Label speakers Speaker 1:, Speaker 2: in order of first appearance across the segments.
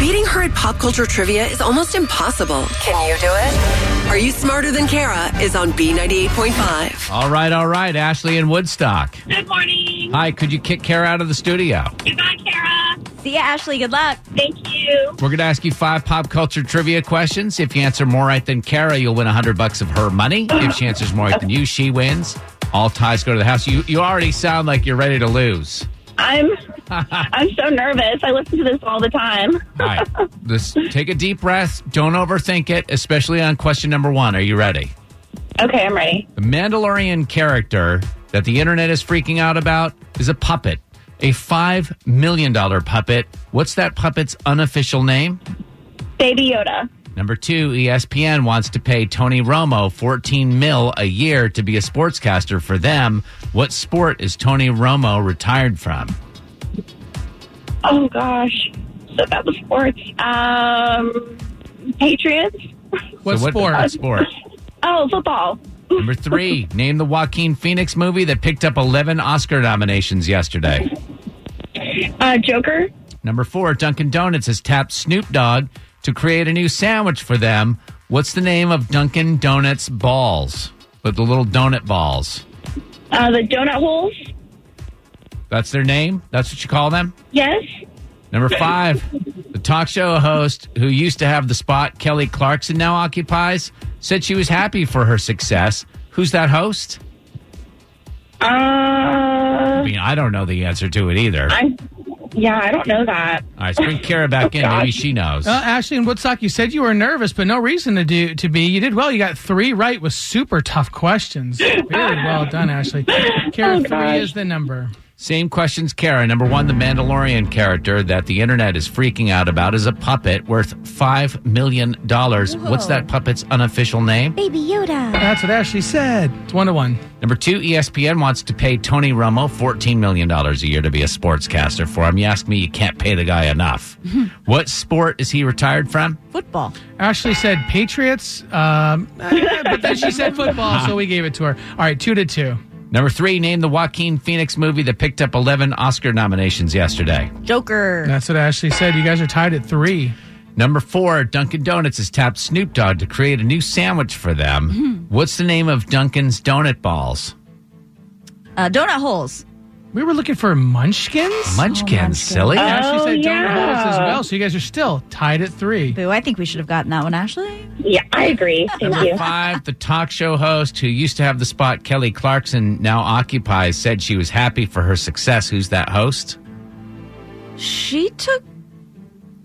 Speaker 1: Getting her at pop culture trivia is almost impossible.
Speaker 2: Can you do it?
Speaker 1: Are You Smarter Than Kara is on B98.5.
Speaker 3: All right, all right, Ashley in Woodstock.
Speaker 4: Good morning.
Speaker 3: Hi, could you kick Kara out of the studio?
Speaker 4: Goodbye, Kara.
Speaker 5: See ya, Ashley. Good luck.
Speaker 4: Thank you.
Speaker 3: We're going to ask you five pop culture trivia questions. If you answer more right than Kara, you'll win 100 bucks of her money. If she answers more right than you, she wins. All ties go to the house. You you already sound like you're ready to lose.
Speaker 4: I'm I'm so nervous. I listen to this all the time.
Speaker 3: All right, just take a deep breath. Don't overthink it, especially on question number one. Are you ready?
Speaker 4: Okay, I'm ready.
Speaker 3: The Mandalorian character that the internet is freaking out about is a puppet, a five million dollar puppet. What's that puppet's unofficial name?
Speaker 4: Baby Yoda.
Speaker 3: Number two, E ESPN wants to pay Tony Romo 14 mil a year to be a sportscaster for them. What sport is Tony Romo retired from?
Speaker 4: Oh gosh. So that was sports. Um Patriots.
Speaker 6: What
Speaker 3: So
Speaker 6: sport?
Speaker 3: What sport?
Speaker 4: Oh, football.
Speaker 3: Number three, name the Joaquin Phoenix movie that picked up 11 Oscar nominations yesterday.
Speaker 4: Uh Joker.
Speaker 3: Number four, Dunkin' Donuts has tapped Snoop Dogg to create a new sandwich for them. What's the name of Dunkin' Donuts balls? With the little donut balls.
Speaker 4: Uh the donut holes.
Speaker 3: That's their name? That's what you call them?
Speaker 4: Yes.
Speaker 3: Number five, the talk show host who used to have the spot Kelly Clarkson now occupies said she was happy for her success. Who's that host? I
Speaker 4: Uh
Speaker 3: mean, I don't know the answer to it either. All
Speaker 4: I'm yeah, I don't know that.
Speaker 3: right, so bring Kara back in. Maybe she knows.
Speaker 6: Uh, Ashley in Woodstock, you said you were nervous, but no reason to do to be. You did well. You got three right with super tough questions. Very well done, Ashley. Kara,
Speaker 4: Oh,
Speaker 6: three
Speaker 4: gosh.
Speaker 6: is the number.
Speaker 3: Same questions, Kara. Number one, the Mandalorian character that the internet is freaking out about is a puppet worth $5 million. What's that puppet's unofficial name?
Speaker 5: Baby Yoda.
Speaker 6: That's what Ashley said. It's one to one.
Speaker 3: Number two, E ESPN wants to pay Tony Romo $14 million a year to be a sportscaster for him. You ask me, you can't pay the guy enough. what sport is he retired from?
Speaker 5: Football.
Speaker 6: Ashley said Patriots, um, but then she said football, so we gave it to her. All right, two to two.
Speaker 3: Number three, name the Joaquin Phoenix movie that picked up 11 Oscar nominations yesterday.
Speaker 5: Joker.
Speaker 6: That's what Ashley said. You guys are tied at three.
Speaker 3: Number four, Dunkin' Donuts has tapped Snoop Dogg to create a new sandwich for them. What's the name of Dunkin's Donut Balls?
Speaker 5: Uh, donut holes.
Speaker 6: We were looking for munchkins.
Speaker 3: Munchkins, silly.
Speaker 6: And Ashley
Speaker 4: Oh,
Speaker 6: said donut
Speaker 4: yeah.
Speaker 6: holes as well, so you guys are still tied at three.
Speaker 5: Boo, I think we should have gotten that one, Ashley.
Speaker 4: Yeah, I agree. Thank
Speaker 3: Number
Speaker 4: you.
Speaker 3: five, the talk show host who used to have the spot Kelly Clarkson now occupies said she was happy for her success. Who's that host?
Speaker 5: She took.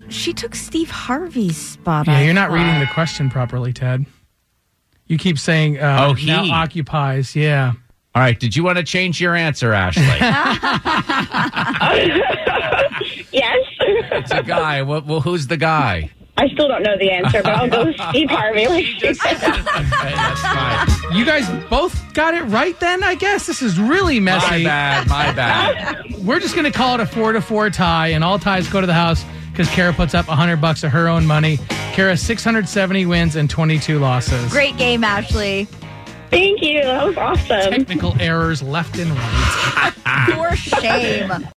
Speaker 5: She took Steve Harvey's spot.
Speaker 6: Yeah,
Speaker 5: I
Speaker 6: you're not
Speaker 5: thought.
Speaker 6: reading the question properly, Ted. You keep saying uh,
Speaker 3: Oh, he.
Speaker 6: now occupies. Yeah.
Speaker 3: All right, did you want to change your answer, Ashley?
Speaker 4: Yes.
Speaker 3: it's a guy. Well, well, who's the guy?
Speaker 4: I still don't know the answer, but I'll go with Steve Harvey.
Speaker 3: Okay, that's fine.
Speaker 6: You guys both got it right then, I guess. This is really
Speaker 3: My
Speaker 6: messy.
Speaker 3: bad, my bad.
Speaker 6: We're just going to call it a four to four tie, and all ties go to the house because Kara puts up 100 bucks of her own money. Kara, 670 wins and 22 losses.
Speaker 5: Great game, Ashley.
Speaker 4: Thank you. That was awesome.
Speaker 6: Technical errors left and right.
Speaker 5: For shame.